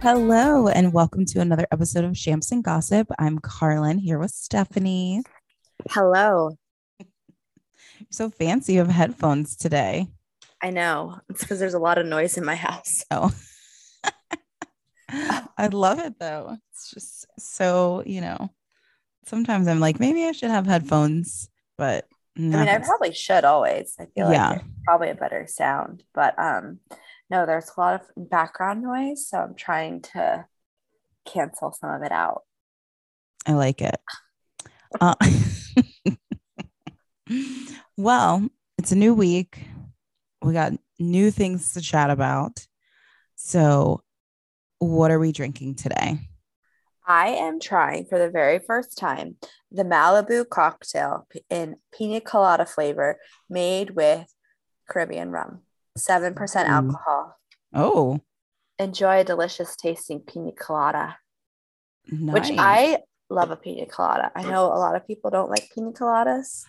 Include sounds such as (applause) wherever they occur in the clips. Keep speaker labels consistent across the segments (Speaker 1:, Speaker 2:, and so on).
Speaker 1: Hello, and welcome to another episode of Shams and Gossip. I'm Carlin here with Stephanie.
Speaker 2: Hello.
Speaker 1: You're so fancy you have headphones today.
Speaker 2: I know. It's because there's a lot of noise in my (laughs) house.
Speaker 1: Oh, I love it though. It's just so, you know, sometimes I'm like, maybe I should have headphones, but
Speaker 2: I mean, I
Speaker 1: never.
Speaker 2: probably should always. I feel like
Speaker 1: Yeah.
Speaker 2: it's probably a better sound, but um, no, there's a lot of background noise, so I'm trying to cancel some of it out.
Speaker 1: I like it. Uh, (laughs) well, it's a new week. We got new things to chat about. So, what are we drinking today?
Speaker 2: I am trying for the very first time the Malibu cocktail p- in pina colada flavor made with Caribbean rum, 7%
Speaker 1: Ooh.
Speaker 2: alcohol.
Speaker 1: Oh,
Speaker 2: Enjoy a delicious tasting pina colada,
Speaker 1: nice.
Speaker 2: which I love a pina colada. I know a lot of people don't like pina coladas.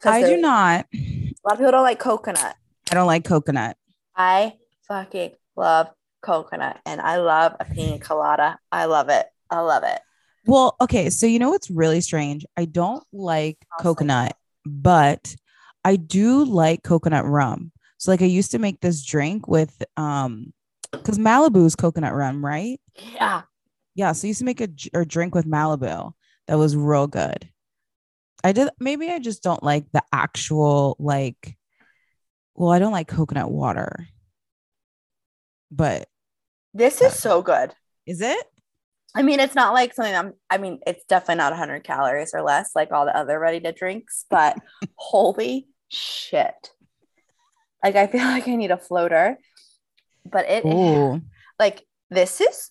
Speaker 2: 'cause
Speaker 1: I do
Speaker 2: they're-
Speaker 1: not.
Speaker 2: A lot of people don't like coconut.
Speaker 1: I don't like coconut.
Speaker 2: I fucking love coconut and I love a pina colada. I love it. I love it.
Speaker 1: Well, okay. So, you know what's really strange? I don't like
Speaker 2: Awesome.
Speaker 1: coconut, but I do like coconut rum. So, like, I used to make this drink with, um, because Malibu is coconut rum, right?
Speaker 2: Yeah.
Speaker 1: Yeah. So, I used to make a j- or drink with Malibu that was real good. I did, maybe I just don't like the actual, like, well, I don't like coconut water, but
Speaker 2: This is so good.
Speaker 1: is it?
Speaker 2: I mean, it's not like something I'm, I mean, it's definitely not 100 calories or less like all the other ready to drinks,
Speaker 1: (laughs)
Speaker 2: but holy shit. Like, I feel like I need a floater, but it,
Speaker 1: Oh,
Speaker 2: like, this is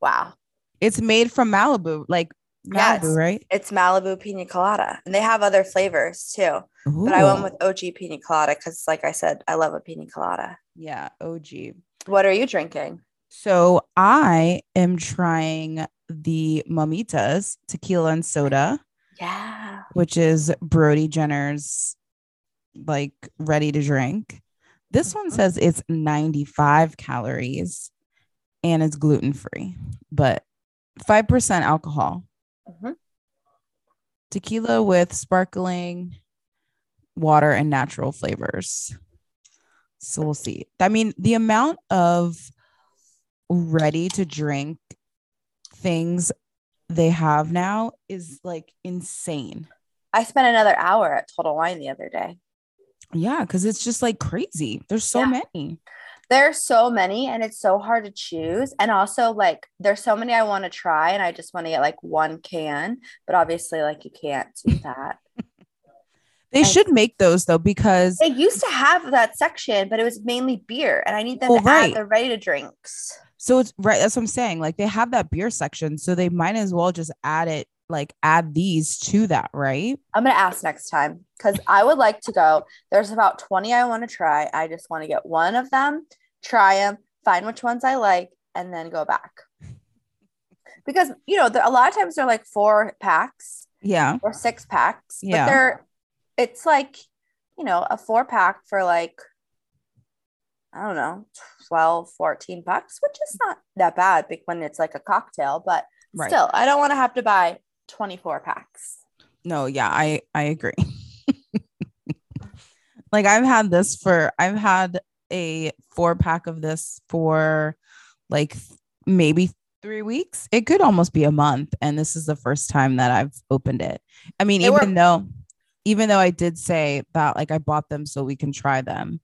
Speaker 2: wow.
Speaker 1: it's made from Malibu, like
Speaker 2: Yes.
Speaker 1: Malibu, right?
Speaker 2: It's Malibu pina colada, and they have other flavors too. But I
Speaker 1: Ooh.
Speaker 2: went with OG pina colada because, like I said, I love a pina colada.
Speaker 1: Yeah, OG.
Speaker 2: What are you drinking?
Speaker 1: So I am trying the Mamitas tequila and soda,
Speaker 2: Yeah.
Speaker 1: which is Brody Jenner's like ready to drink. This one
Speaker 2: Mhm.
Speaker 1: says it's 95 calories and it's gluten free, but 5% alcohol.
Speaker 2: Mhm.
Speaker 1: Tequila with sparkling water and natural flavors. So we'll see. I mean, the amount of ready to drink things they have now is like insane.
Speaker 2: I spent another hour at Total Wine the other day.
Speaker 1: Yeah, because it's just like crazy. There's so
Speaker 2: Yeah.
Speaker 1: many.
Speaker 2: There are so many, and it's so hard to choose. And also, like, there's so many I want to try, and I just want to get like one can, but obviously, like, you can't
Speaker 1: (laughs)
Speaker 2: do that.
Speaker 1: They
Speaker 2: I-
Speaker 1: should make those though, because
Speaker 2: they used to have that section, but it was mainly beer, and I need them
Speaker 1: Well,
Speaker 2: to
Speaker 1: right.
Speaker 2: add the ready to drinks.
Speaker 1: so it's right. That's what I'm saying. Like they have that beer section. So they might as well just add it, like add these to that, right?
Speaker 2: I'm gonna ask next time because I would like to go. There's about 20 I want to try. I just want to get one of them, try them, find which ones I like, and then go back. Because you know, there, a lot of times they're like four packs
Speaker 1: Yeah.
Speaker 2: or six packs,
Speaker 1: Yeah.
Speaker 2: but they're it's like you know, a four pack for like I don't know, 12, 14 bucks, which is not that bad be- when it's like a cocktail, but
Speaker 1: Right.
Speaker 2: still, I don't want to have to buy 24 packs.
Speaker 1: No, yeah, I I agree. (laughs) like I've had this for I've had a four pack of this for like th- maybe 3 weeks. It could almost be a month and this is the first time that I've opened it. I mean,
Speaker 2: They were-
Speaker 1: even though even though I did say that like I bought them so we can try them.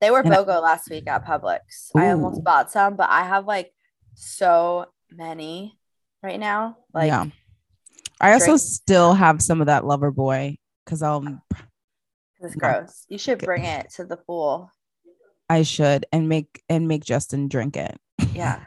Speaker 2: They were
Speaker 1: And I-
Speaker 2: BOGO last week at Publix. I
Speaker 1: Ooh.
Speaker 2: almost bought some, but I have like so many right now. Like,
Speaker 1: yeah. I also
Speaker 2: drink-
Speaker 1: still have some of that lover boy cuz I'll
Speaker 2: this is
Speaker 1: No.
Speaker 2: gross. You should
Speaker 1: Okay.
Speaker 2: bring it to the pool.
Speaker 1: I should and make and make Justin drink it. (laughs)
Speaker 2: Yeah.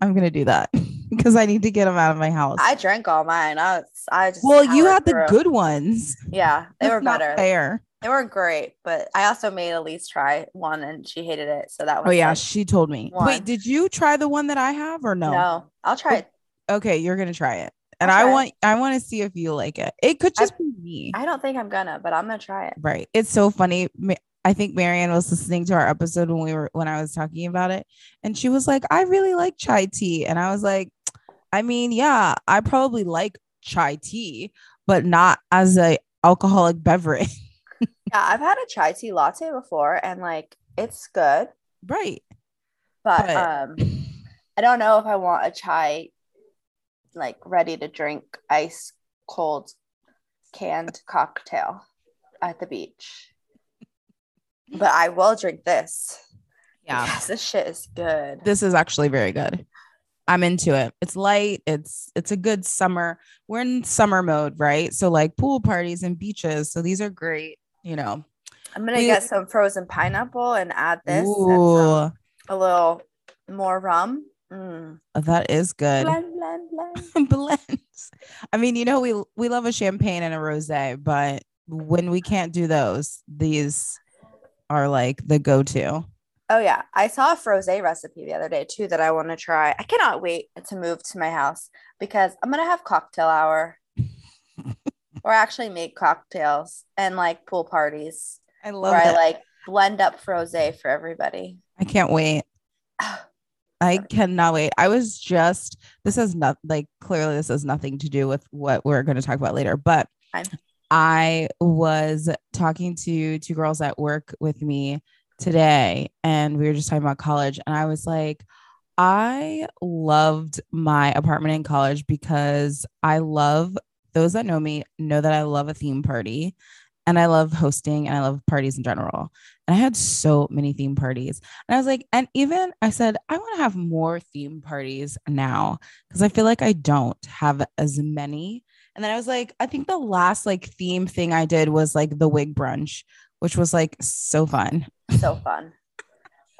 Speaker 1: I'm gonna do that (laughs) because I need to get them out of my house.
Speaker 2: I drank all mine. I, was, I just,
Speaker 1: well, you
Speaker 2: powered
Speaker 1: had the
Speaker 2: through.
Speaker 1: good ones.
Speaker 2: Yeah. They
Speaker 1: That's
Speaker 2: were
Speaker 1: not
Speaker 2: better.
Speaker 1: Fair.
Speaker 2: They were great, but I also made Elise try one and she hated it. So that was
Speaker 1: Oh yeah,
Speaker 2: like,
Speaker 1: she told me.
Speaker 2: one.
Speaker 1: Wait, did you try the one that I have or
Speaker 2: no.
Speaker 1: no?
Speaker 2: I'll try it.
Speaker 1: Okay, you're gonna try it, and
Speaker 2: I'll
Speaker 1: I
Speaker 2: try it.
Speaker 1: want I want to see if you like it. It could
Speaker 2: I-
Speaker 1: just be me,
Speaker 2: I don't think I'm gonna, but I'm gonna try it.
Speaker 1: right? It's so funny. Ma- I think Marianne was listening to our episode when we were when I was talking about it, and she was like, "I really like chai tea," and I was like, "I mean, yeah, I probably like chai tea, but not as a alcoholic beverage,
Speaker 2: Yeah, I've had a chai tea latte before and like it's good,
Speaker 1: right?"
Speaker 2: but,
Speaker 1: But-
Speaker 2: um I don't know if I want a chai like ready to drink ice cold canned cocktail at the beach. But I will drink this.
Speaker 1: Yeah,
Speaker 2: Because this shit is good.
Speaker 1: this is actually very good. I'm into it. It's light. It's it's a good summer. We're in summer mode, right? So like pool parties and beaches. So these are great. You know,
Speaker 2: I'm gonna
Speaker 1: we-
Speaker 2: get some frozen pineapple and add this and some-
Speaker 1: Ooh,
Speaker 2: a little more rum. Mm.
Speaker 1: that is good. (laughs)
Speaker 2: Blend, blend, blend.
Speaker 1: blends. I mean, you know, we we love a champagne and a rosé, but when we can't do those, these are like the go-to.
Speaker 2: Oh yeah, I saw a frosé recipe the other day too that I want to try. I cannot wait to move to my house because I'm gonna have
Speaker 1: (laughs)
Speaker 2: cocktail hour, or actually make cocktails and like pool parties
Speaker 1: I love
Speaker 2: where
Speaker 1: it.
Speaker 2: I like blend up frosé for everybody. (sighs)
Speaker 1: I can't wait. I cannot wait. I was just this has not like clearly this has nothing to do with what we're going to talk about later, but
Speaker 2: Fine.
Speaker 1: I was talking to two girls at work with me today and we were just talking about college and I was like I loved my apartment in college because I love those that know me know that I love a theme party and I love hosting and I love parties in general. And I had so many theme parties. And I was like, and even I said, I want to have more theme parties now because I feel like I don't have as many. And then I was like, I think the last like theme thing I did was like the wig brunch, which was like so fun. (laughs)
Speaker 2: So fun.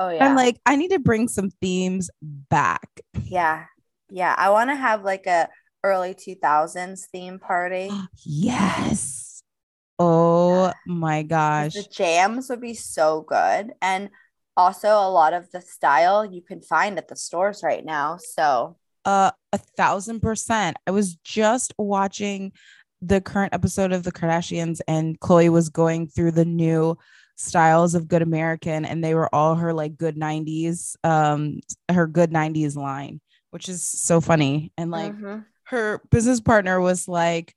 Speaker 2: Oh yeah.
Speaker 1: I'm like, I need to bring some themes back. (gasps)
Speaker 2: yeah, yeah. I want to have like a early 2000s theme party.
Speaker 1: Oh, Yes. Oh my gosh.
Speaker 2: The jams would be so good. And also a lot of the style you can find at the stores right now. So
Speaker 1: Uh, a thousand percent. I was just watching the current episode of The Kardashians, and Chloe was going through the new styles of Good American, and they were all her like good 90s, um, her good 90s line, which is so funny. And like
Speaker 2: Mhm.
Speaker 1: her business partner was like,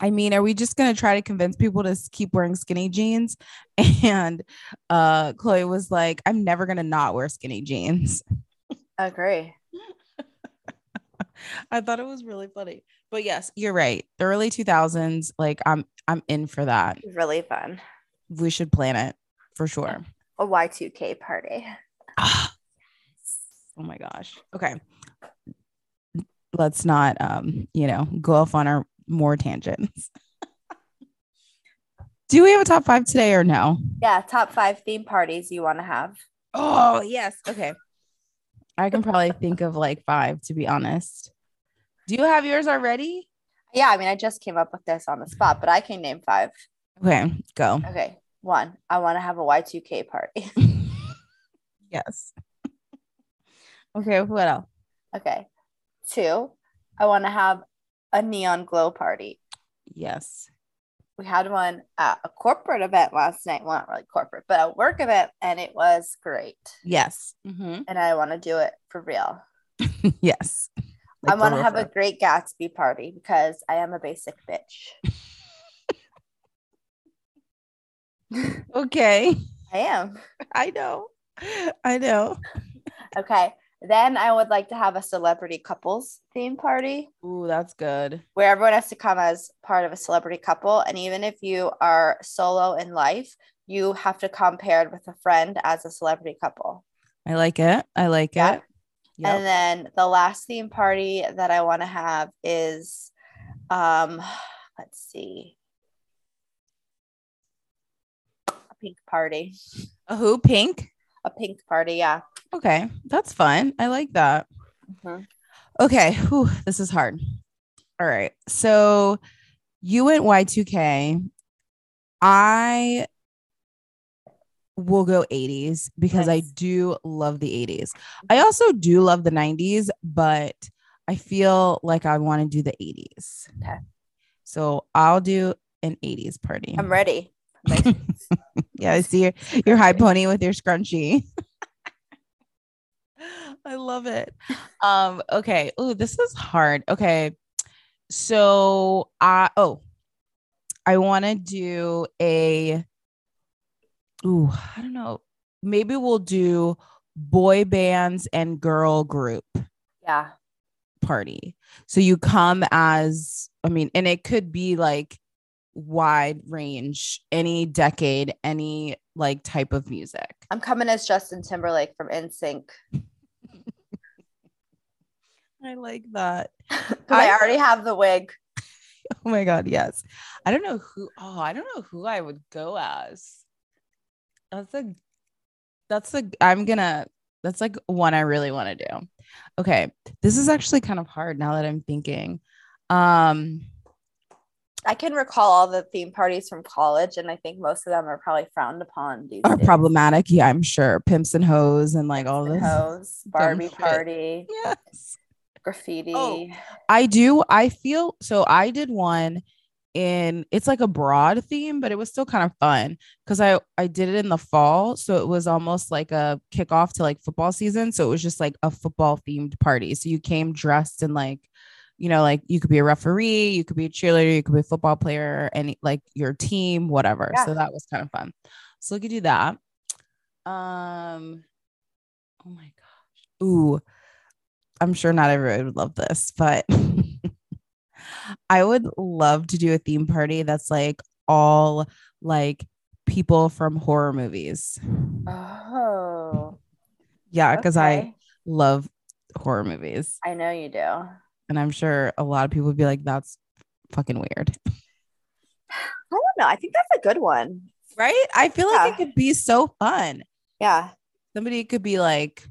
Speaker 1: I mean, are we just going to try to convince people to s- keep wearing skinny jeans? (laughs) And uh, Chloe was like, I'm never going to not wear skinny jeans.
Speaker 2: agree.
Speaker 1: I thought it was really funny. But yes, you're right. The early 2000s, like I'm I'm in for that.
Speaker 2: Really fun.
Speaker 1: We should plan it for (gasps) sure.
Speaker 2: A Y2K party.
Speaker 1: Ah. oh my gosh. Okay. Let's not um, you know, go off on our more tangents. (laughs) Do we have a top 5 today or no?
Speaker 2: Yeah, top five theme parties you want to have.
Speaker 1: Oh, yes. Okay. I can probably think of like 5 to be honest. Do you have yours already?
Speaker 2: Yeah, I mean, I just came up with this on the spot, but I can name five.
Speaker 1: Okay, go.
Speaker 2: Okay. One, I want to have a Y2K party. (laughs)
Speaker 1: (laughs) yes. okay, what else?
Speaker 2: Okay. Two, I want to have a neon glow party.
Speaker 1: Yes.
Speaker 2: we had one at a corporate event last night. Well, not really corporate, but a work event, and it was great.
Speaker 1: Yes.
Speaker 2: And I want to do it for real.
Speaker 1: Yes.
Speaker 2: I want to have a great Gatsby party because I am a basic bitch.
Speaker 1: a (laughs) okay.
Speaker 2: I am.
Speaker 1: I know. I know.
Speaker 2: Okay. Then I would like to have a celebrity couples theme party
Speaker 1: Ooh, that's good.
Speaker 2: where everyone has to come as part of a celebrity couple. And even if you are solo in life, you have to come paired with a friend as a celebrity couple.
Speaker 1: I like it. I like
Speaker 2: Yeah.
Speaker 1: it. Yep.
Speaker 2: And then the last theme party that I want to have is um let's see. A pink party.
Speaker 1: a who pink?
Speaker 2: A pink party, yeah.
Speaker 1: Okay, that's fun. I like that.
Speaker 2: Mhm.
Speaker 1: Okay, whew, this is hard. All right, so you went Y2K. I will go 80s because I
Speaker 2: Nice.
Speaker 1: do love the 80s. I also do love the 90s, but I feel like I want to do the 80s.
Speaker 2: Okay.
Speaker 1: So I'll do an 80s party.
Speaker 2: (laughs) I'm ready. Like,
Speaker 1: Yeah, I see your, your high pony with your scrunchie. (laughs) I love it. Um, okay. Oh, this is hard. Okay. So I oh, I want to do a ooh, I don't know. Maybe we'll do boy bands and girl group
Speaker 2: yeah.
Speaker 1: party. So you come as, I mean, and it could be like wide range, any decade, any like type of music.
Speaker 2: I'm coming as Justin Timberlake from NSYNC.
Speaker 1: I like that.
Speaker 2: (laughs) 'Cause I already have the wig.
Speaker 1: Oh my God. Yes. I don't know who, oh, I don't know who I would go as. That's a, that's a, I'm gonna, that's like one I really want to do. Okay. This is actually kind of hard now that I'm thinking. Um,
Speaker 2: I can recall all the theme parties from college, and I think most of them are probably frowned upon these
Speaker 1: are
Speaker 2: days.
Speaker 1: problematic. Yeah, I'm sure. Pimps and hoes and like all
Speaker 2: The
Speaker 1: this.
Speaker 2: hoes, Barbie
Speaker 1: shit.
Speaker 2: party,
Speaker 1: Yes.
Speaker 2: graffiti.
Speaker 1: Oh. I do. I feel so. I did one in it's like a broad theme, but it was still kind of fun because I I did it in the fall, so it was almost like a kickoff to like football season. So it was just like a football themed party. So you came dressed in like. You know, like you could be a referee, you could be a cheerleader, you could be a football player, any like your team, whatever.
Speaker 2: Yeah.
Speaker 1: So that was kind of fun. So we could do that. Um, oh my gosh. Ooh, I'm sure not everyone would love this, but (laughs) I would love to do a theme party that's like all like people from horror movies.
Speaker 2: Oh.
Speaker 1: Yeah, because I
Speaker 2: okay.
Speaker 1: love horror movies.
Speaker 2: I know you do.
Speaker 1: And I'm sure a lot of people would be like, that's fucking weird.
Speaker 2: I don't know. I think that's a good one.
Speaker 1: Right? I feel like
Speaker 2: Yeah.
Speaker 1: it could be so fun.
Speaker 2: Yeah.
Speaker 1: somebody could be like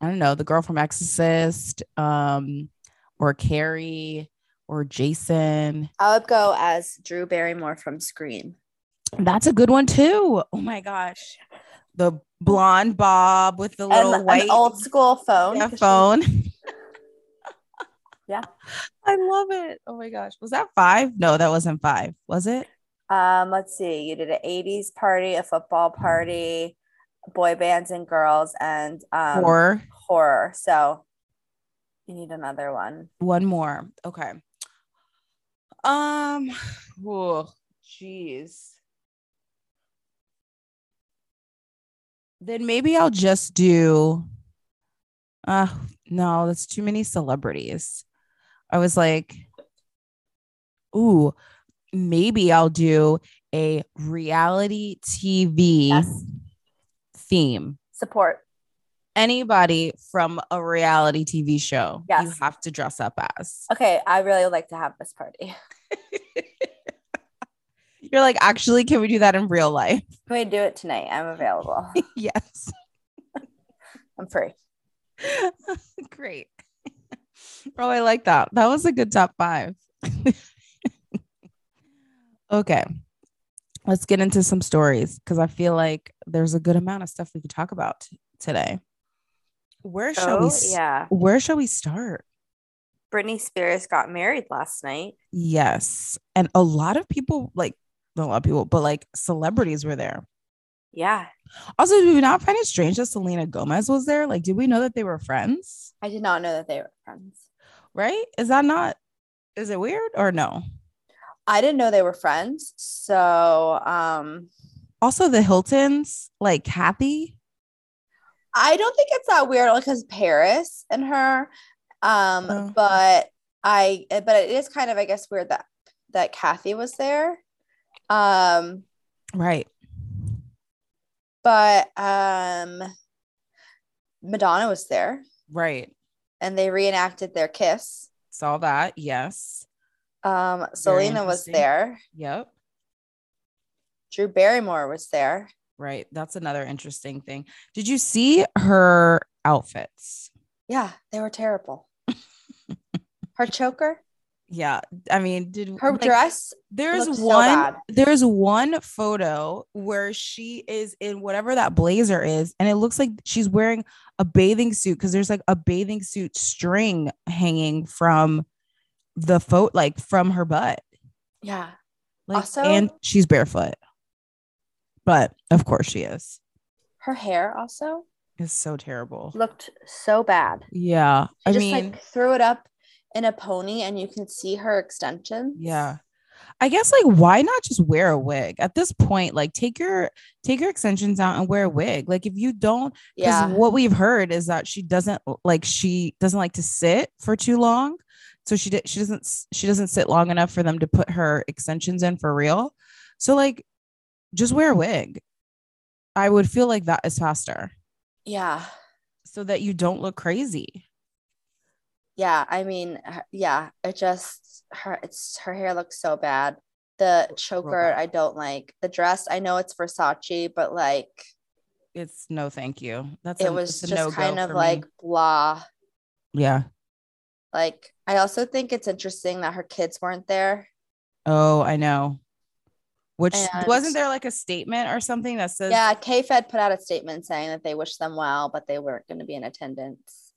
Speaker 1: i don't know the girl from exorcist um or carrie or jason
Speaker 2: I would go as Drew Barrymore from Scream.
Speaker 1: that's a good one too oh my gosh the blonde bob with the
Speaker 2: And
Speaker 1: little white
Speaker 2: an old school phone.
Speaker 1: yeah,
Speaker 2: 'cause she-
Speaker 1: phone
Speaker 2: (laughs) Yeah.
Speaker 1: (laughs) i love it oh my gosh was that five no that wasn't five was it
Speaker 2: Um, let's see. You did an 80s party, a football party, boy bands and girls, and um,
Speaker 1: or
Speaker 2: horror. So you need another one.
Speaker 1: one more okay um oh jeez then maybe i'll just do uh no that's too many celebrities i was like ooh maybe i'll do a reality tv
Speaker 2: Yes.
Speaker 1: theme
Speaker 2: Support.
Speaker 1: anybody from a reality tv show you
Speaker 2: Yes.
Speaker 1: have to dress up as (laughs)
Speaker 2: Okay. I really would like to have this party. (laughs)
Speaker 1: You're like, actually, can we do that in real life? (laughs)
Speaker 2: Can we do it tonight? I'm available. (laughs)
Speaker 1: yes.
Speaker 2: I'm free.
Speaker 1: Great. (laughs) oh, I like that. That was a good top five. (laughs) okay. Let's get into some stories because I feel like there's a good amount of stuff we could talk about t- today. Where shall we?
Speaker 2: Oh,
Speaker 1: s-
Speaker 2: yeah.
Speaker 1: Where shall we start?
Speaker 2: Britney Spears got married last night.
Speaker 1: Yes, and a lot of people, like not a lot of people, but like celebrities were there.
Speaker 2: Yeah.
Speaker 1: Also, do we not find it strange that Selena Gomez was there? Like, did we know that they were friends?
Speaker 2: I did not know that they were friends.
Speaker 1: Right? Is that not? Is it weird or no?
Speaker 2: I didn't know they were friends. So um
Speaker 1: Also, the Hiltons, like Kathy.
Speaker 2: I don't think it's that weird because Paris and her. Um,
Speaker 1: Oh.
Speaker 2: but I but it is kind of, I guess, weird that that Kathy was there. Um,
Speaker 1: Right.
Speaker 2: but um Madonna was there
Speaker 1: Right.
Speaker 2: and they reenacted their kiss.
Speaker 1: Saw that. Yes.
Speaker 2: Um Selena was
Speaker 1: interesting.
Speaker 2: there,
Speaker 1: Yep.
Speaker 2: Drew Barrymore was there.
Speaker 1: Right. That's another interesting thing. Did you see her outfits?
Speaker 2: Yeah, they
Speaker 1: (laughs)
Speaker 2: were terrible. her choker,
Speaker 1: Yeah. I mean, did
Speaker 2: her
Speaker 1: like,
Speaker 2: dress.
Speaker 1: There's
Speaker 2: looked so
Speaker 1: one
Speaker 2: bad.
Speaker 1: there's one photo where she is in whatever that blazer is and it looks like she's wearing a bathing suit cuz there's like a bathing suit string hanging from the foot like from her butt.
Speaker 2: Yeah.
Speaker 1: Like
Speaker 2: Also-
Speaker 1: and she's barefoot. But of course she is.
Speaker 2: Her hair also
Speaker 1: It's so terrible.
Speaker 2: looked so bad.
Speaker 1: Yeah.
Speaker 2: She
Speaker 1: I
Speaker 2: just
Speaker 1: mean,
Speaker 2: like threw it up in a pony and you can see her extensions.
Speaker 1: yeah. I guess like why not just wear a wig? At this point, like take your take your extensions out and wear a wig. Like if you don't Because
Speaker 2: Yeah.
Speaker 1: what we've heard is that she doesn't like she doesn't like to sit for too long. So she did, she doesn't s- she doesn't sit long enough for them to put her extensions in for real. So like just wear a wig. I would feel like that is faster
Speaker 2: Yeah.
Speaker 1: so that you don't look crazy.
Speaker 2: Yeah. I mean, her- yeah, it just her it's her hair looks so bad. The choker
Speaker 1: bad.
Speaker 2: I don't like. The dress, I know it's Versace, but like
Speaker 1: It's no thank you. That's
Speaker 2: it
Speaker 1: a-
Speaker 2: was
Speaker 1: it's a
Speaker 2: just
Speaker 1: no-go
Speaker 2: kind of
Speaker 1: for me.
Speaker 2: like blah.
Speaker 1: yeah.
Speaker 2: Like I also think it's interesting that her kids weren't there.
Speaker 1: Oh, I know. Which
Speaker 2: And-
Speaker 1: wasn't there like a statement or something that says
Speaker 2: Yeah, K-Fed put out a statement saying that they wish them well, but they weren't going to be in attendance.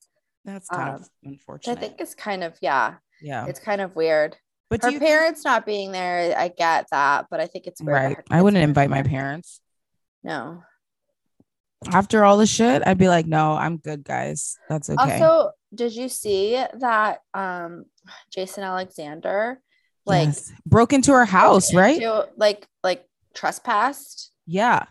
Speaker 1: that's kind
Speaker 2: um,
Speaker 1: of
Speaker 2: Which I
Speaker 1: unfortunate.
Speaker 2: think is kind of yeah,
Speaker 1: yeah.
Speaker 2: it's kind of weird.
Speaker 1: But do
Speaker 2: her
Speaker 1: you think-
Speaker 2: parents not being there, I get that, but I think it's weird. that
Speaker 1: right.
Speaker 2: her
Speaker 1: I
Speaker 2: kids
Speaker 1: wouldn't
Speaker 2: weren't
Speaker 1: invite my
Speaker 2: there.
Speaker 1: parents.
Speaker 2: No.
Speaker 1: after all the shit, I'd be like, no, I'm good, guys. That's okay.
Speaker 2: Also, did you see that um Jason Alexander like
Speaker 1: Yes. broke into her house,
Speaker 2: broke
Speaker 1: right?
Speaker 2: into- like like trespassed?
Speaker 1: yeah,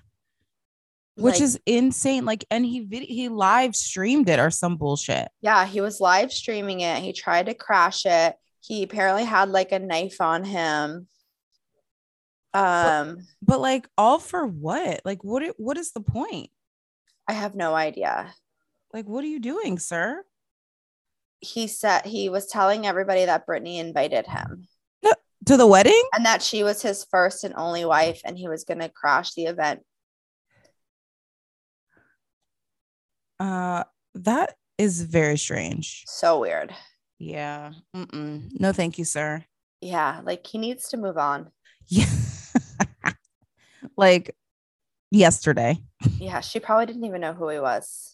Speaker 1: which
Speaker 2: Like,
Speaker 1: is insane. Like, and he vid- he live streamed it or some bullshit.
Speaker 2: yeah, he was live streaming it. He tried to crash it. He apparently had like a knife on him. Um,
Speaker 1: But like, all for what? Like, what? i- What is the point?
Speaker 2: I have no idea.
Speaker 1: Like, what are you doing, sir?
Speaker 2: he said he was telling everybody that Brittany invited him
Speaker 1: To the wedding?
Speaker 2: and that she was his first and only wife and he was going to crash the event.
Speaker 1: Uh, that is very strange.
Speaker 2: So weird.
Speaker 1: Yeah. Mm-mm. No, thank you, sir.
Speaker 2: Yeah, like he needs to move on.
Speaker 1: Yeah. (laughs) like yesterday.
Speaker 2: Yeah, she probably didn't even know who he was.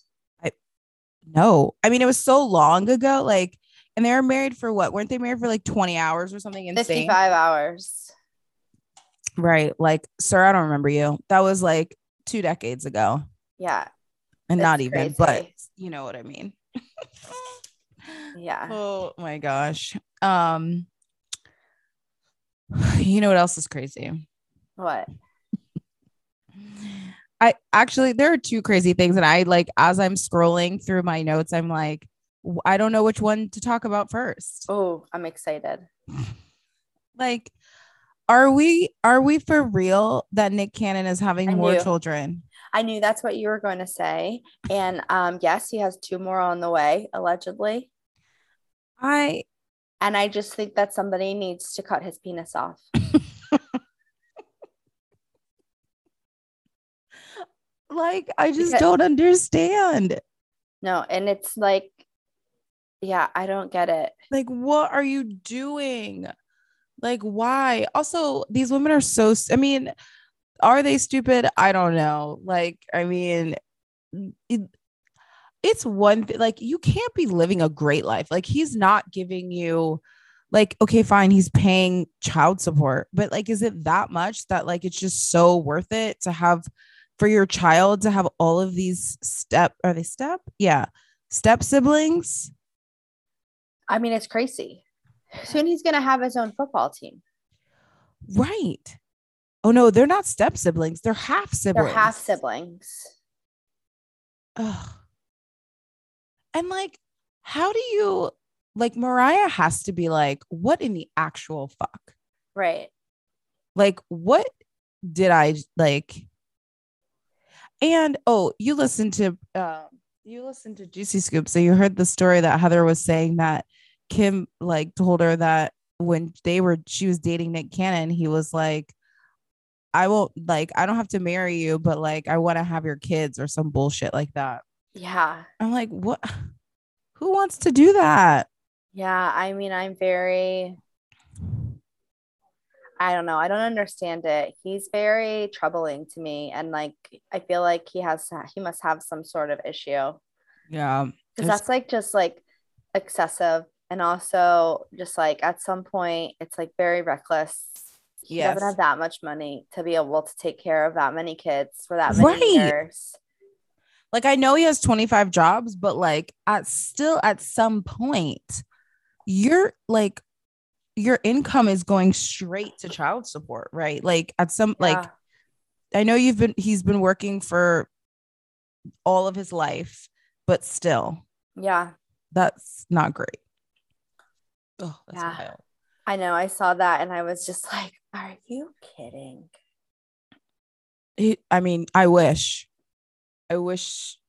Speaker 1: No, I mean it was so long ago. Like, and they were married for what? Weren't they married for like twenty hours or something insane?
Speaker 2: 55 hours.
Speaker 1: Right. Like, sir, I don't remember you. That was like two decades ago,
Speaker 2: Yeah,
Speaker 1: and
Speaker 2: That's
Speaker 1: not even. But
Speaker 2: crazy.
Speaker 1: you know what I
Speaker 2: (sighs)
Speaker 1: mean.
Speaker 2: yeah.
Speaker 1: oh my gosh. Um, (sighs) you know what else is crazy?
Speaker 2: What?
Speaker 1: I actually there are two crazy things, and I like as I'm scrolling through my notes, I'm like, w- I don't know which one to talk about first.
Speaker 2: Oh, I'm excited.
Speaker 1: like are we are we for real that nick cannon is having
Speaker 2: I
Speaker 1: more
Speaker 2: knew.
Speaker 1: children
Speaker 2: I knew that's what you were going to say. And um yes, he has two more on the way allegedly.
Speaker 1: i
Speaker 2: And I just think that somebody needs to cut his penis off.
Speaker 1: like i just
Speaker 2: Because-
Speaker 1: don't understand
Speaker 2: No, and it's like, yeah, I don't get it.
Speaker 1: like what are you doing like why also these women are so s- i mean are they stupid i don't know like i mean it, it's one thi- like you can't be living a great life like he's not giving you like okay fine he's paying child support but like is it that much that like it's just so worth it to have for your child to have all of these step are they step yeah step siblings
Speaker 2: I mean, it's crazy. Soon he's going to have his own football team.
Speaker 1: Right. Oh no, they're not step siblings. They're half
Speaker 2: They're
Speaker 1: siblings.
Speaker 2: half siblings.
Speaker 1: Ugh. And like, how do you like Mariah has to be like, what in the actual fuck?
Speaker 2: Right.
Speaker 1: Like, what did I like? And oh, you listened to um you listened to Juicy Scoop. So you heard the story that Heather was saying that Kim like told her that when they were she was dating Nick Cannon, he was like, I won't like I don't have to marry you, but like I want to have your kids or some bullshit like that.
Speaker 2: Yeah.
Speaker 1: I'm like, what who wants to do that?
Speaker 2: Yeah. I mean, I'm very, I don't know. I don't understand it. He's very troubling to me. And like, I feel like he has, he must have some sort of issue
Speaker 1: Yeah.
Speaker 2: because
Speaker 1: There's-
Speaker 2: that's like just like excessive. And also, just like at some point, it's like very reckless. He doesn't have that much money to be able to take care of that many kids for that many
Speaker 1: Right.
Speaker 2: years.
Speaker 1: Like I know he has 25 jobs, but like at still at some point, your like your income is going straight to child support, right? Like at some like
Speaker 2: Yeah.
Speaker 1: I know you've been he's been working for all of his life, but still
Speaker 2: yeah,
Speaker 1: that's not great. Oh, that's
Speaker 2: Yeah.
Speaker 1: wild.
Speaker 2: I know. I saw that and I was just like, are you kidding?
Speaker 1: He, I mean, I wish, I wish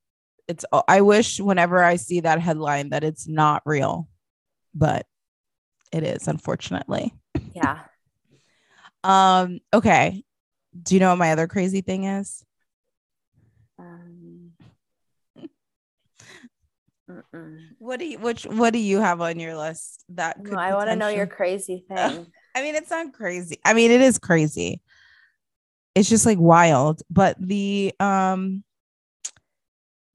Speaker 1: it's. I wish whenever I see that headline that it's not real, but it is unfortunately.
Speaker 2: Yeah.
Speaker 1: Um. Okay. Do you know what my other crazy thing is?
Speaker 2: Um, mm-mm.
Speaker 1: (laughs) What do you which What do you have on your list that
Speaker 2: No,
Speaker 1: could
Speaker 2: I want to know your
Speaker 1: potential- (laughs)
Speaker 2: crazy thing.
Speaker 1: I mean, it's not crazy. I mean, it is crazy. It's just like wild. But the um,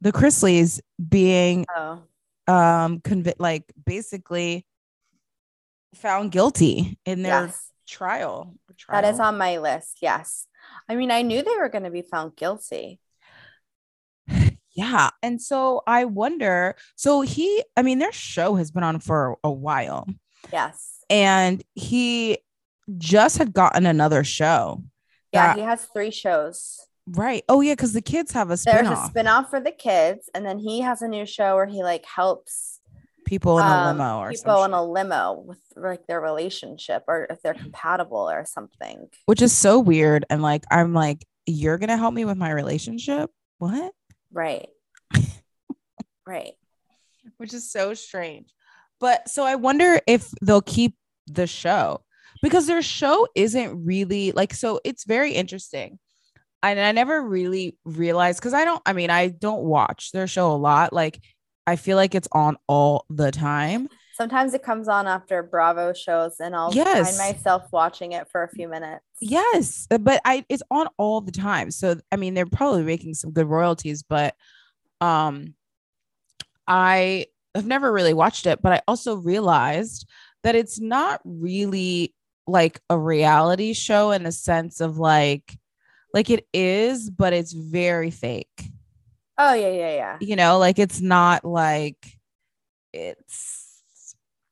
Speaker 1: the Chrisleys being
Speaker 2: oh,
Speaker 1: um convict like basically found guilty in their
Speaker 2: yes.
Speaker 1: trial, trial.
Speaker 2: That is on my list. Yes. I mean, I knew they were going to be found guilty.
Speaker 1: (laughs) yeah and so i wonder so he i mean their show has been on for a while
Speaker 2: Yes.
Speaker 1: and he just had gotten another show
Speaker 2: Yeah,
Speaker 1: that-
Speaker 2: he has three shows.
Speaker 1: right oh yeah because the kids have a
Speaker 2: There's
Speaker 1: spin-off
Speaker 2: a spin-off for the kids, and then he has a new show where he like helps
Speaker 1: people in a
Speaker 2: um,
Speaker 1: limo or
Speaker 2: people in
Speaker 1: something
Speaker 2: a limo with like their relationship or if they're compatible or something.
Speaker 1: which is so weird and like i'm like you're gonna help me with my relationship what (laughs)
Speaker 2: Right. right.
Speaker 1: which is so strange. But so I wonder if they'll keep the show because their show isn't really like so it's very interesting. And I never really realized cuz I don't I mean I don't watch their show a lot like I feel like it's on all the time.
Speaker 2: Sometimes it comes on after Bravo shows, and I'll
Speaker 1: Yes.
Speaker 2: find myself watching it for a few minutes.
Speaker 1: Yes, uh, but I it's on all the time. So I mean they're probably making some good royalties, but um I have never really watched it, but I also realized that it's not really like a reality show in a sense of like like it is, but it's very fake.
Speaker 2: Oh yeah, yeah, yeah.
Speaker 1: You know, like it's not like it's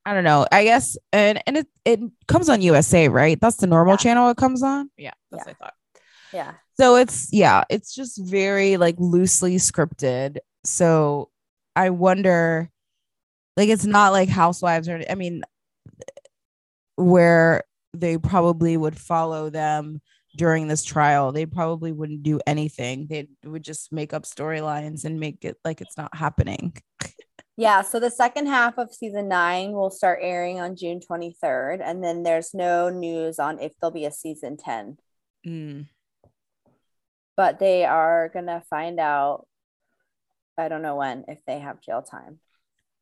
Speaker 1: I don't know. I guess and and it it comes on USA, right? That's the normal
Speaker 2: Yeah.
Speaker 1: channel it comes on. Yeah,
Speaker 2: that's
Speaker 1: what I thought.
Speaker 2: Yeah.
Speaker 1: So it's yeah, it's just very like loosely scripted. So I wonder like it's not like housewives or I mean where they probably would follow them during this trial. They probably wouldn't do anything. They would just make up storylines and make it like it's not happening.
Speaker 2: Yeah, so the second half of season nine will start airing on June 23rd, and then there's no news on if there'll be a season 10,
Speaker 1: Mm.
Speaker 2: but they are gonna find out. I don't know when if they have jail time,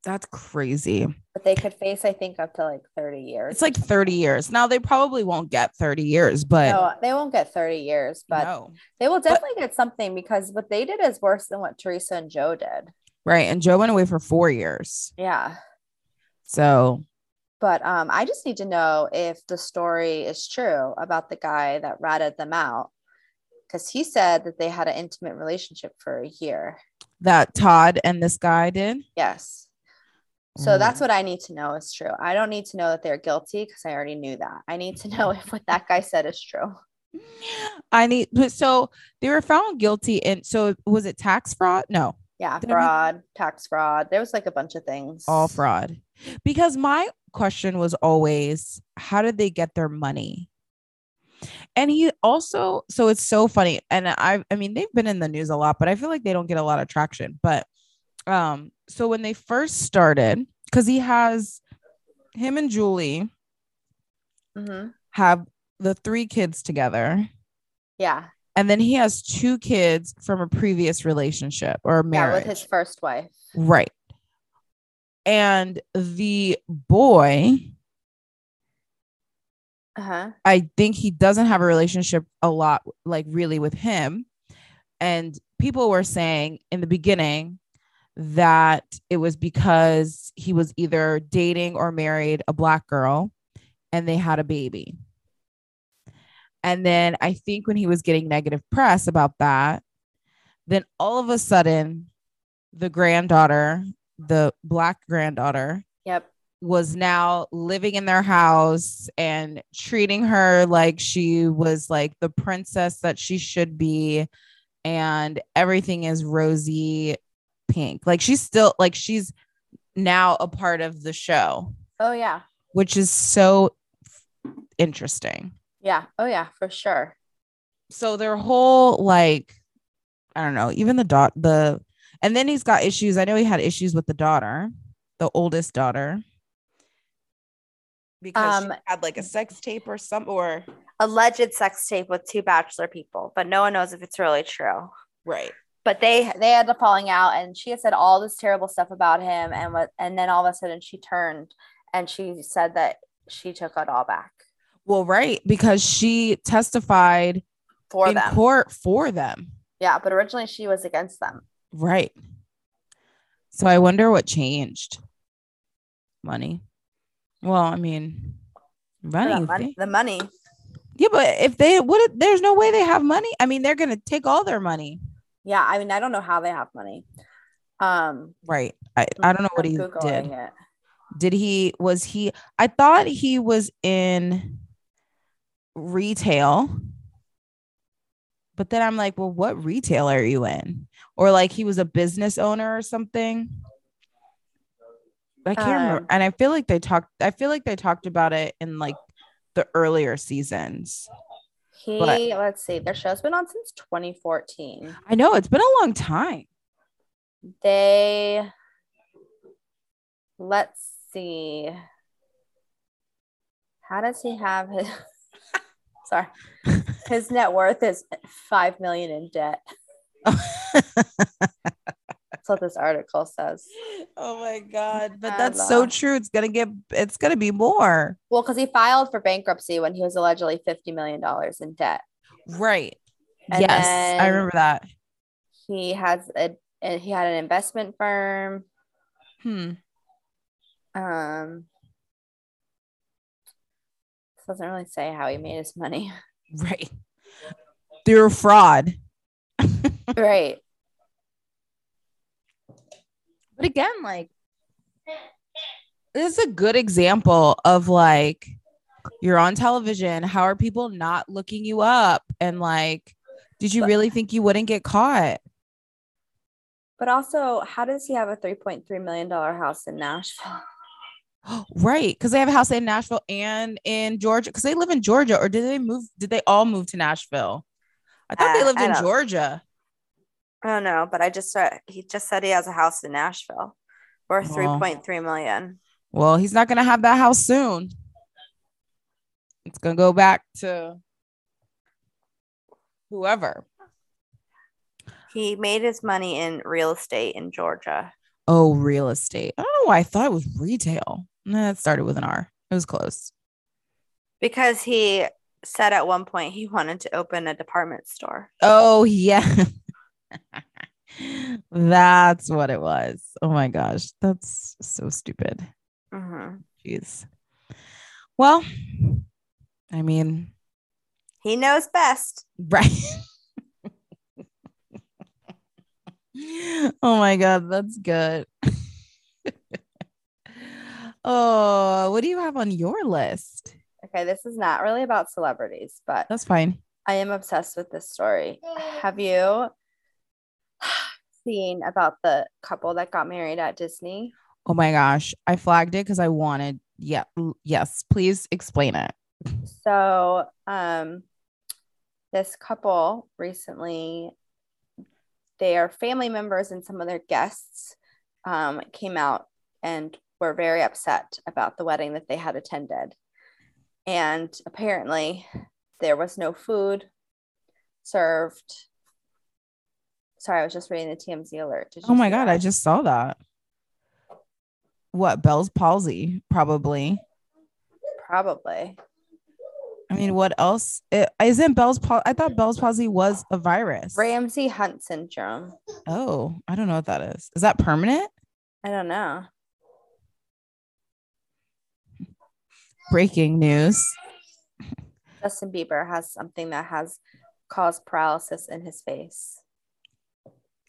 Speaker 1: That's crazy.
Speaker 2: but they could face, I think, up to like 30 years.
Speaker 1: It's like 30 years. Now they probably won't get 30 years, but
Speaker 2: no, they won't get 30 years, but
Speaker 1: no.
Speaker 2: they will definitely get something because what they did is worse than what Teresa and Joe did.
Speaker 1: Right. And Joe went away for four years.
Speaker 2: Yeah.
Speaker 1: So
Speaker 2: But um, I just need to know if the story is true about the guy that ratted them out. Because he said that they had an intimate relationship for a year.
Speaker 1: that Todd and this guy did.
Speaker 2: Yes. So that's
Speaker 1: Mm.
Speaker 2: what I need to know is true. I don't need to know that they're guilty because I already knew that. I need to (laughs) know if what that guy said is true.
Speaker 1: I need but so they were found guilty and so was it tax fraud? No,
Speaker 2: Yeah,
Speaker 1: Did I make-
Speaker 2: fraud, tax fraud. There was like a bunch of things.
Speaker 1: all fraud. Because my question was always how did they get their money? And he also so it's so funny and I I mean they've been in the news a lot but I feel like they don't get a lot of traction but um so when they first started cuz he has him and Julie
Speaker 2: hmm
Speaker 1: have the three kids together.
Speaker 2: Yeah,
Speaker 1: And then he has two kids from a previous relationship or
Speaker 2: yeah,
Speaker 1: marriage.
Speaker 2: with his first wife.
Speaker 1: right. And the boy,
Speaker 2: Uh huh.
Speaker 1: I think he doesn't have a relationship a lot, like really with him. And people were saying in the beginning that it was because he was either dating or married a black girl and they had a baby. And then I think when he was getting negative press about that, then all of a sudden, the granddaughter, the black granddaughter,
Speaker 2: Yep.
Speaker 1: was now living in their house and treating her like she was like the princess that she should be and everything is rosy pink like she's still like she's now a part of the show
Speaker 2: Oh yeah.
Speaker 1: which is so interesting
Speaker 2: Yeah. Oh yeah, for sure.
Speaker 1: so their whole like i don't know even the dot the and then he's got issues i know he had issues with the daughter the oldest daughter because
Speaker 2: Um,
Speaker 1: she had like a sex tape or some or
Speaker 2: Alleged sex tape with two bachelor people, but no one knows if it's really true.
Speaker 1: right
Speaker 2: But they they had a falling out and she had said all this terrible stuff about him and what and then all of a sudden she turned and she said that she took it all back
Speaker 1: well right because she testified
Speaker 2: for
Speaker 1: in
Speaker 2: them.
Speaker 1: court for them
Speaker 2: yeah, but originally she was against them.
Speaker 1: right so i wonder what changed money well i mean
Speaker 2: For that
Speaker 1: money,
Speaker 2: mon- The money.
Speaker 1: yeah but if they would there's no way they have money i mean they're gonna take all their money
Speaker 2: Yeah, I mean I don't know how they have money. Um
Speaker 1: Right. I, I don't know what
Speaker 2: I'm
Speaker 1: he
Speaker 2: Googling
Speaker 1: did.
Speaker 2: it.
Speaker 1: Did he was he I thought he was in retail. But then I'm like, well, what retail are you in? Or like he was a business owner or something. I can't
Speaker 2: Um,
Speaker 1: remember. And I feel like they talked I feel like they talked about it in like the earlier seasons.
Speaker 2: He
Speaker 1: But-
Speaker 2: let's see, their show's been on since 2014.
Speaker 1: I know it's been a long time.
Speaker 2: They let's see. How does he have his (laughs) sorry. His net worth is five million in debt.
Speaker 1: (laughs)
Speaker 2: That's what this article says.
Speaker 1: oh my god. But
Speaker 2: I
Speaker 1: that's so
Speaker 2: love-
Speaker 1: true. It's gonna get it's gonna be more.
Speaker 2: Well, because he filed for bankruptcy when he was allegedly $50 million in debt.
Speaker 1: Right.
Speaker 2: And
Speaker 1: yes, I
Speaker 2: then-
Speaker 1: remember that.
Speaker 2: He has a and he had an investment firm.
Speaker 1: Hmm.
Speaker 2: Um this doesn't really say how he made his (laughs) money.
Speaker 1: Right. Through fraud.
Speaker 2: right.
Speaker 1: But again, like this is a good example of like you're on television. How are people not looking you up? And like, did you
Speaker 2: But-
Speaker 1: really think you wouldn't get caught?
Speaker 2: But also, how does he have a $3.3 million house in Nashville?
Speaker 1: right. Cause they have a house in Nashville and in Georgia. Cause they live in Georgia. Or did they move? Did they all move to Nashville? I thought they
Speaker 2: Uh,
Speaker 1: lived
Speaker 2: I
Speaker 1: in
Speaker 2: don't-
Speaker 1: Georgia.
Speaker 2: I don't know, but I just said he just said he has a house in Nashville worth
Speaker 1: Well.
Speaker 2: 3.3 million.
Speaker 1: Well, he's not going to have that house soon. It's going to go back to whoever.
Speaker 2: He made his money in real estate in Georgia.
Speaker 1: Oh, real estate. I don't know why I thought it was retail. Nah, it started with an R. It was close.
Speaker 2: Because he said at one point he wanted to open a department store.
Speaker 1: Oh, yeah. (laughs) that's what it was. Oh my gosh. That's so stupid.
Speaker 2: Mhm.
Speaker 1: Jeez. Well, I mean,
Speaker 2: He knows best.
Speaker 1: Right. (laughs) oh my God, that's good. (laughs) oh, what do you have on your list?
Speaker 2: Okay, this is not really about celebrities, but
Speaker 1: That's fine.
Speaker 2: I am obsessed with this story. Have you (sighs) seen about the couple that got married at Disney?
Speaker 1: Oh my gosh, I flagged it because I wanted. Yeah, l- yes. Please explain it.
Speaker 2: So, um, this couple recently, their family members and some of their guests um, came out and were very upset about the wedding that they had attended. And apparently, there was no food served. Sorry, I was just reading the TMZ alert. Did you
Speaker 1: Oh my
Speaker 2: see
Speaker 1: God,
Speaker 2: that?
Speaker 1: I just saw that. What Bell's palsy? Probably.
Speaker 2: probably.
Speaker 1: I mean, what else? is isn't Bell's palsy? I thought Bell's palsy was a virus.
Speaker 2: Ramsey Hunt syndrome.
Speaker 1: Oh, I don't know what that is. Is that permanent?
Speaker 2: I don't know.
Speaker 1: breaking news.
Speaker 2: Justin Bieber has something that has caused paralysis in his face.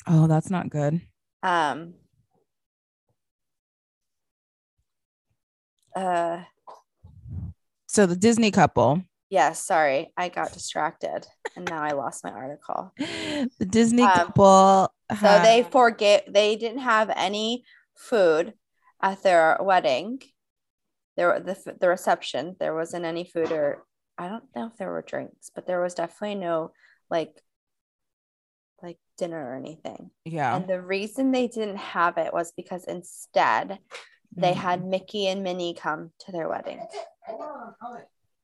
Speaker 1: Oh, that's not good.
Speaker 2: Um, uh,
Speaker 1: So the Disney couple,
Speaker 2: yeah, sorry, I got distracted and now I lost my article.
Speaker 1: the Disney
Speaker 2: Um,
Speaker 1: couple.
Speaker 2: So
Speaker 1: had-
Speaker 2: they forget they didn't have any food at their wedding. There were the f- the reception. There wasn't any food or I don't know if there were drinks, but there was definitely no like like dinner or anything.
Speaker 1: yeah
Speaker 2: And the reason they didn't have it was because instead they
Speaker 1: Mhm.
Speaker 2: had Mickey and Minnie come to their wedding.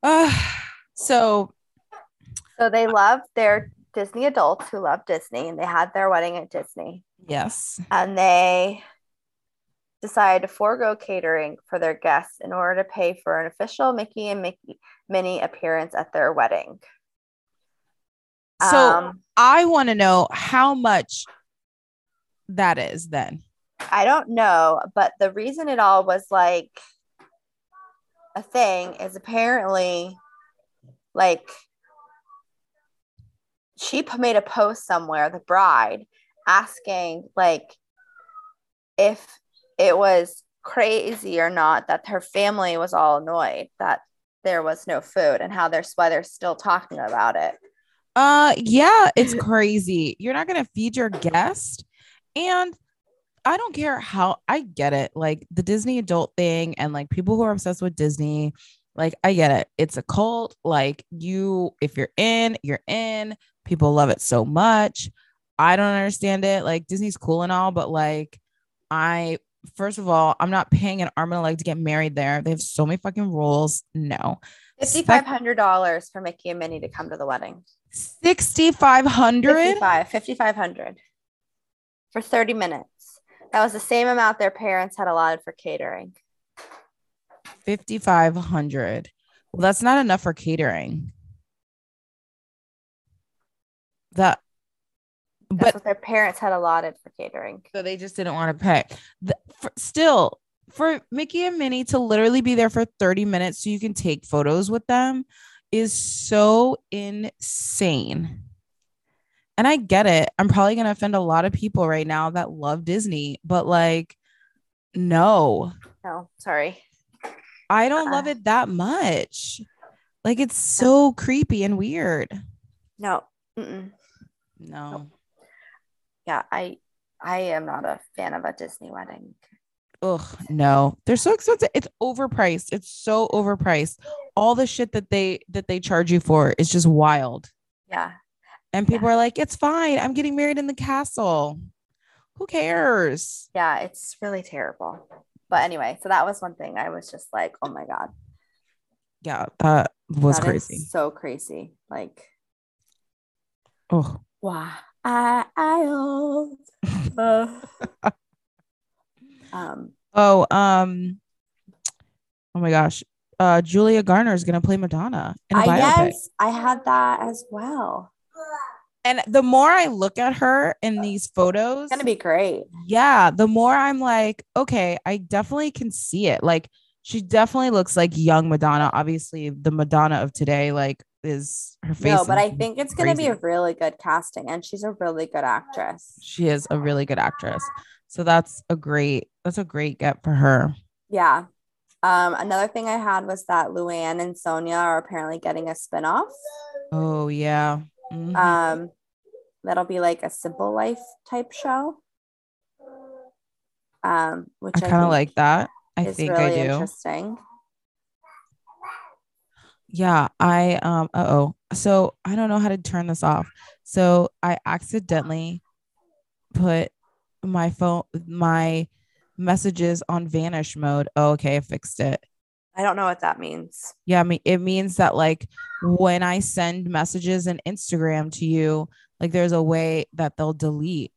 Speaker 1: Ah, so
Speaker 2: So
Speaker 1: Uh,
Speaker 2: they love their Disney adults who love Disney and they had their wedding at Disney.
Speaker 1: yes,
Speaker 2: and they decided to forego catering for their guests in order to pay for an official Mickey and Mickey Minnie appearance at their wedding.
Speaker 1: so
Speaker 2: um,
Speaker 1: I want to know how much that is. Then
Speaker 2: I don't know, but the reason it all was like a thing is apparently like she p- made a post somewhere, the bride, asking like if it was crazy or not that her family was all annoyed that there was no food and how their they're still talking about it.
Speaker 1: Uh, yeah, it's crazy. You're not gonna feed your guest, and I don't care how I get it. Like the Disney adult thing, and like people who are obsessed with Disney, like I get it. It's a cult. Like you, if you're in, you're in. People love it so much. I don't understand it. Like Disney's cool and all, but like I. First of all, I'm not paying an arm and a leg to get married there. They have so many fucking rules. No.
Speaker 2: $5,500 for Mickey and Minnie to come to the wedding.
Speaker 1: 6,500?
Speaker 2: 55 5500 for 30 minutes that was the same amount their parents had allotted for catering
Speaker 1: 5500 well that's not enough for catering that
Speaker 2: that's
Speaker 1: but
Speaker 2: what their parents had allotted for catering
Speaker 1: so they just didn't want to pay The- for, still for mickey and minnie to literally be there for 30 minutes so you can take photos with them is so insane and i get it i'm probably going to offend a lot of people right now that love disney but like no
Speaker 2: no sorry
Speaker 1: I don't
Speaker 2: Uh-uh.
Speaker 1: love it that much. Like it's so creepy and weird.
Speaker 2: no Mm-mm.
Speaker 1: No.
Speaker 2: yeah i i am not a fan of a disney wedding
Speaker 1: Ugh, no. They're so expensive. It's overpriced. It's so overpriced. All the shit that they that they charge you for is just wild.
Speaker 2: yeah
Speaker 1: And people are like, "It's fine. I'm getting married in the castle." Who cares?
Speaker 2: yeah it's really terrible but anyway so that was one thing i was just like oh my god
Speaker 1: Yeah, that was
Speaker 2: that is
Speaker 1: crazy.
Speaker 2: so crazy like
Speaker 1: Oh.
Speaker 2: wow i i uh,
Speaker 1: (laughs)
Speaker 2: um
Speaker 1: Oh, um Oh my gosh. Uh Julia Garner is going to play Madonna in a
Speaker 2: I
Speaker 1: biopic.
Speaker 2: guess I had that as well.
Speaker 1: And the more I look at her in these photos,
Speaker 2: It's gonna be great.
Speaker 1: yeah, the more I'm like, okay, I definitely can see it. Like, she definitely looks like young Madonna. Obviously, the Madonna of today, like, is her face.
Speaker 2: No, but
Speaker 1: is-
Speaker 2: I think it's gonna be a
Speaker 1: crazy.
Speaker 2: really good casting, and she's a really good actress.
Speaker 1: she is a really good actress. So that's a great, that's a great get for her.
Speaker 2: Yeah. Um, another thing I had was that Luann and Sonia are apparently getting a spinoff.
Speaker 1: Oh yeah, Mhm.
Speaker 2: Um, that'll be like a simple life type show. Um, which
Speaker 1: I kind of
Speaker 2: think
Speaker 1: like that. I
Speaker 2: is
Speaker 1: think
Speaker 2: really
Speaker 1: I do.
Speaker 2: interesting.
Speaker 1: Yeah, I um uh oh. So I don't know how to turn this off. So I accidentally put my phone my messages on vanish mode. Oh, okay, I fixed it.
Speaker 2: I don't know what that means.
Speaker 1: Yeah, I mean it means that like when I send messages in Instagram to you, like there's a way that they'll delete,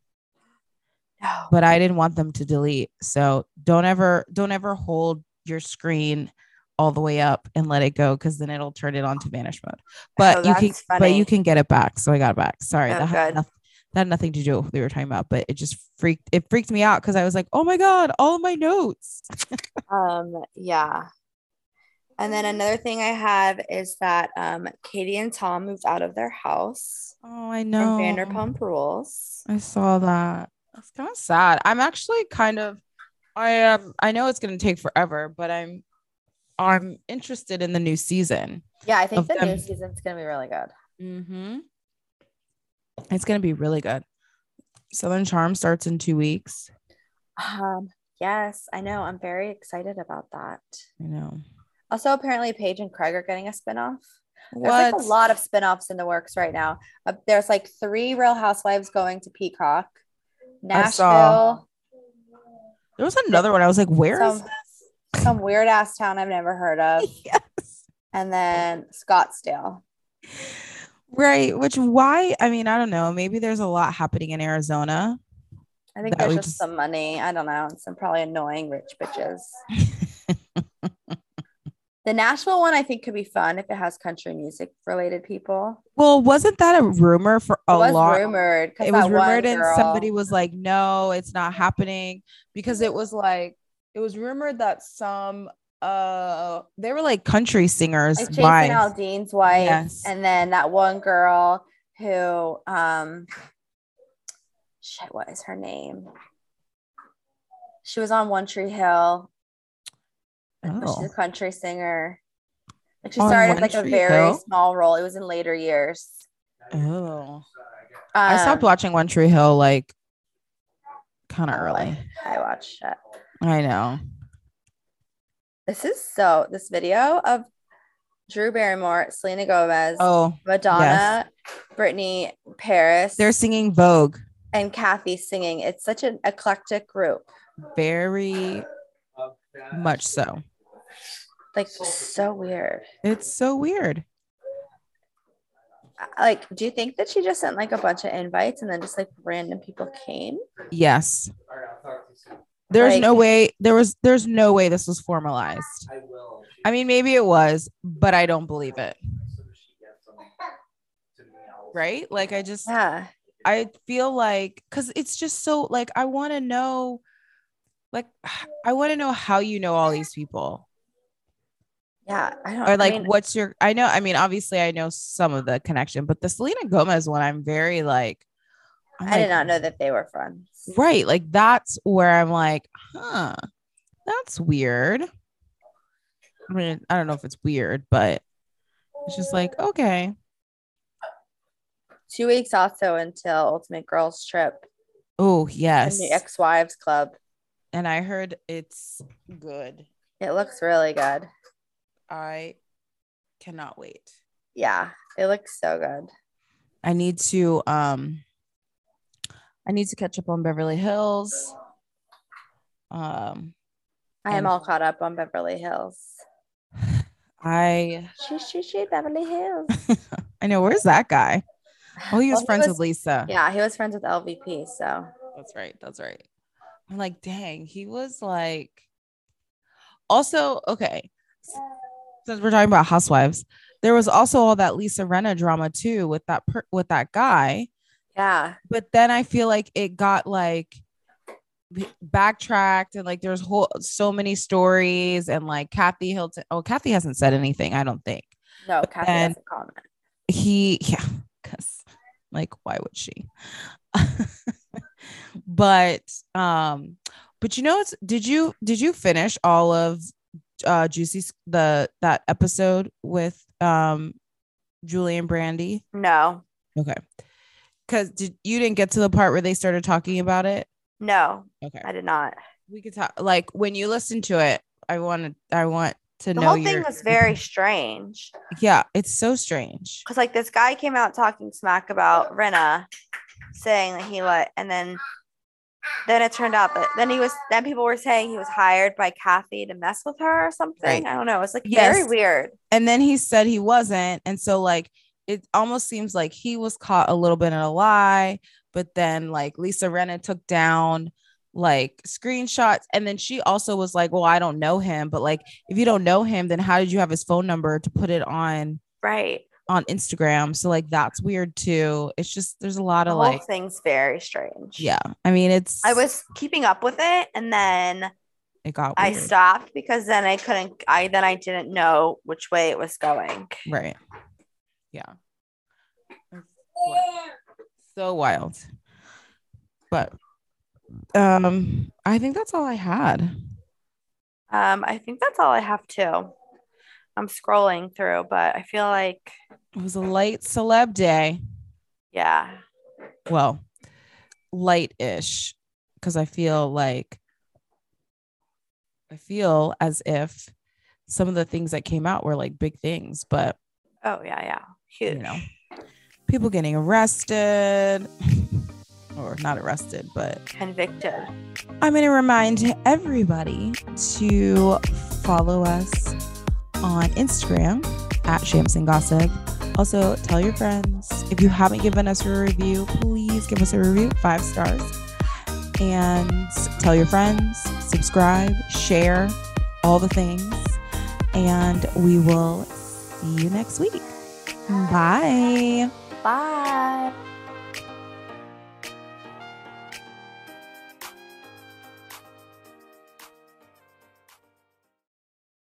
Speaker 2: No.
Speaker 1: but I didn't want them to delete. So don't ever don't ever hold your screen all the way up and let it go because then it'll turn it on to vanish mode. but
Speaker 2: Oh,
Speaker 1: you can
Speaker 2: that's
Speaker 1: but you
Speaker 2: funny.
Speaker 1: can get it back so i got it back sorry
Speaker 2: Oh,
Speaker 1: that, had
Speaker 2: good.
Speaker 1: noth- that had nothing to do with what we were talking about but it just freaked it freaked me out because i was like oh my god all of my notes
Speaker 2: Um, yeah. And then another thing I have is that um, Katie and Tom moved out of their house
Speaker 1: Oh, I know.
Speaker 2: from Vanderpump Rules.
Speaker 1: I saw that. That's kind of sad. I'm actually kind of I am I know it's going to take forever, but I'm I'm interested in the new season.
Speaker 2: Yeah, I
Speaker 1: Of
Speaker 2: think the
Speaker 1: them.
Speaker 2: new season's gonna be really good. Mm-hmm.
Speaker 1: Mhm. It's going to be really good. Southern Charm starts in 2 weeks.
Speaker 2: Um, yes, I know. I'm very excited about that.
Speaker 1: I know.
Speaker 2: Also, apparently Paige and Craig are getting a spinoff. There's like a lot of spin-offs in the works right now. Uh, there's like three Real Housewives going to Peacock,
Speaker 1: I saw.
Speaker 2: Nashville,
Speaker 1: There was another one. I was like, where is
Speaker 2: some, some weird ass town I've never heard of,
Speaker 1: this? (laughs) Yes.
Speaker 2: and then Scottsdale.
Speaker 1: Right. Which why? I mean, I don't know. Maybe there's a lot happening in Arizona.
Speaker 2: I think
Speaker 1: That
Speaker 2: there's
Speaker 1: we
Speaker 2: just,
Speaker 1: just-
Speaker 2: some money. I don't know. and Some probably annoying rich bitches.
Speaker 1: (laughs)
Speaker 2: the Nashville one I think could be fun if it has country music related people.
Speaker 1: Well, wasn't that a rumor for
Speaker 2: It
Speaker 1: a
Speaker 2: was
Speaker 1: lot?
Speaker 2: rumored. 'cause
Speaker 1: It was
Speaker 2: that one
Speaker 1: rumored, and
Speaker 2: girl-
Speaker 1: somebody was like, "No, it's not happening," because it was like it was rumored that some uh they were like country singers.
Speaker 2: like Jason
Speaker 1: wives.
Speaker 2: Aldean's wife,
Speaker 1: Yes.
Speaker 2: and then that one girl who um shit, what is her name? She was on One Tree Hill. but
Speaker 1: Oh.
Speaker 2: She's a country singer. Like she
Speaker 1: On
Speaker 2: started
Speaker 1: One
Speaker 2: like a
Speaker 1: Tree
Speaker 2: very
Speaker 1: Hill?
Speaker 2: small role. It was in later years.
Speaker 1: Oh.
Speaker 2: Um,
Speaker 1: I stopped watching One Tree Hill like kind of
Speaker 2: oh,
Speaker 1: early.
Speaker 2: I watched it.
Speaker 1: I know.
Speaker 2: This is so this video of Drew Barrymore, Selena Gomez,
Speaker 1: Oh,
Speaker 2: Madonna, Brittany Paris.
Speaker 1: they're singing Vogue.
Speaker 2: and Kathy singing. It's such an eclectic group,
Speaker 1: Very much so.
Speaker 2: like so weird.
Speaker 1: It's so weird.
Speaker 2: I- Uh, Like, do you think that she just sent like a bunch of invites and then just like random people came?
Speaker 1: Yes. There's
Speaker 2: Like-
Speaker 1: no way there was there's no way this was formalized. I mean maybe it was, but I don't believe it. Right? Like I just
Speaker 2: Yeah,
Speaker 1: I feel like cuz it's just so like I want to know like (sighs) I want to know how you know all these people
Speaker 2: yeah. I don't.
Speaker 1: or like
Speaker 2: I mean,
Speaker 1: what's your I know I mean obviously I know some of the connection, but the Selena Gomez one I'm very like I'm
Speaker 2: I did
Speaker 1: like,
Speaker 2: not know that they were friends.
Speaker 1: Right. Like that's where I'm like, huh, that's weird. I mean, I don't know if it's weird, but it's just like, okay.
Speaker 2: Two weeks also until Ultimate Girls Trip
Speaker 1: Oh,
Speaker 2: and
Speaker 1: yes.
Speaker 2: the Ex Wives Club.
Speaker 1: And I heard it's good.
Speaker 2: It looks really good.
Speaker 1: I cannot wait.
Speaker 2: Yeah, it looks so good.
Speaker 1: I need to um I need to catch up on Beverly Hills. Um
Speaker 2: I am
Speaker 1: And-
Speaker 2: all caught up on Beverly Hills.
Speaker 1: I
Speaker 2: She, she, she, Beverly Hills.
Speaker 1: I know where's that guy? Oh, he was
Speaker 2: Well, he
Speaker 1: friends
Speaker 2: was-
Speaker 1: with Lisa.
Speaker 2: Yeah, he was friends with LVP, so
Speaker 1: That's right. That's right. I'm like, dang, he was like also okay. s- Since we're talking about housewives, there was also all that Lisa Renna drama too with that per- with that guy.
Speaker 2: yeah.
Speaker 1: But then I feel like it got like b- backtracked and like there's whole so many stories and like Kathy Hilton. Oh, Kathy hasn't said anything, I don't think.
Speaker 2: No,
Speaker 1: But
Speaker 2: Kathy
Speaker 1: then-
Speaker 2: doesn't comment.
Speaker 1: he yeah because like why would she (laughs) but um but you know it's did you did you finish all of uh juicy S- the that episode with um julian brandy
Speaker 2: No,
Speaker 1: okay because did you didn't get to the part where they started talking about it
Speaker 2: no,
Speaker 1: okay
Speaker 2: I did not.
Speaker 1: we could talk like when you listen to it i want to i want to
Speaker 2: The
Speaker 1: know
Speaker 2: whole thing
Speaker 1: your-
Speaker 2: was very strange
Speaker 1: yeah it's so strange
Speaker 2: because, like, this guy came out talking smack about Renna, saying that he let, and then then it turned out that then he was then people were saying he was hired by Kathy to mess with her or something.
Speaker 1: Right.
Speaker 2: I don't know. It's like very
Speaker 1: Yes.
Speaker 2: weird.
Speaker 1: and then he said he wasn't and so like it almost seems like he was caught a little bit in a lie but then like lisa renna took down like screenshots and then she also was like well i don't know him but like if you don't know him then how did you have his phone number to put it on
Speaker 2: Right.
Speaker 1: on instagram so like that's weird too it's just there's a lot
Speaker 2: The
Speaker 1: of
Speaker 2: whole
Speaker 1: like
Speaker 2: thing's very strange.
Speaker 1: yeah i mean it's
Speaker 2: I was keeping up with it and then
Speaker 1: It got
Speaker 2: I
Speaker 1: weird.
Speaker 2: stopped because then I couldn't. I then I didn't know which way it was going.
Speaker 1: Right. Yeah. It's wild. So wild. But um I think that's all I had.
Speaker 2: Um, I think that's all I have too. I'm scrolling through, but I feel like
Speaker 1: It was a light celeb day.
Speaker 2: yeah,
Speaker 1: Well, light-ish cuz I feel like I feel as if some of the things that came out were like big things, but
Speaker 2: Oh yeah, yeah. Huge.
Speaker 1: know. people getting arrested (laughs) or not arrested, but
Speaker 2: Convicted.
Speaker 1: I'm going to remind everybody to follow us on Instagram at Shams and Gossip. Also, tell your friends. If you haven't given us a review, please give us a review, five stars. And tell your friends, subscribe, share, all the things. And we will see you next week. Bye.
Speaker 2: Bye.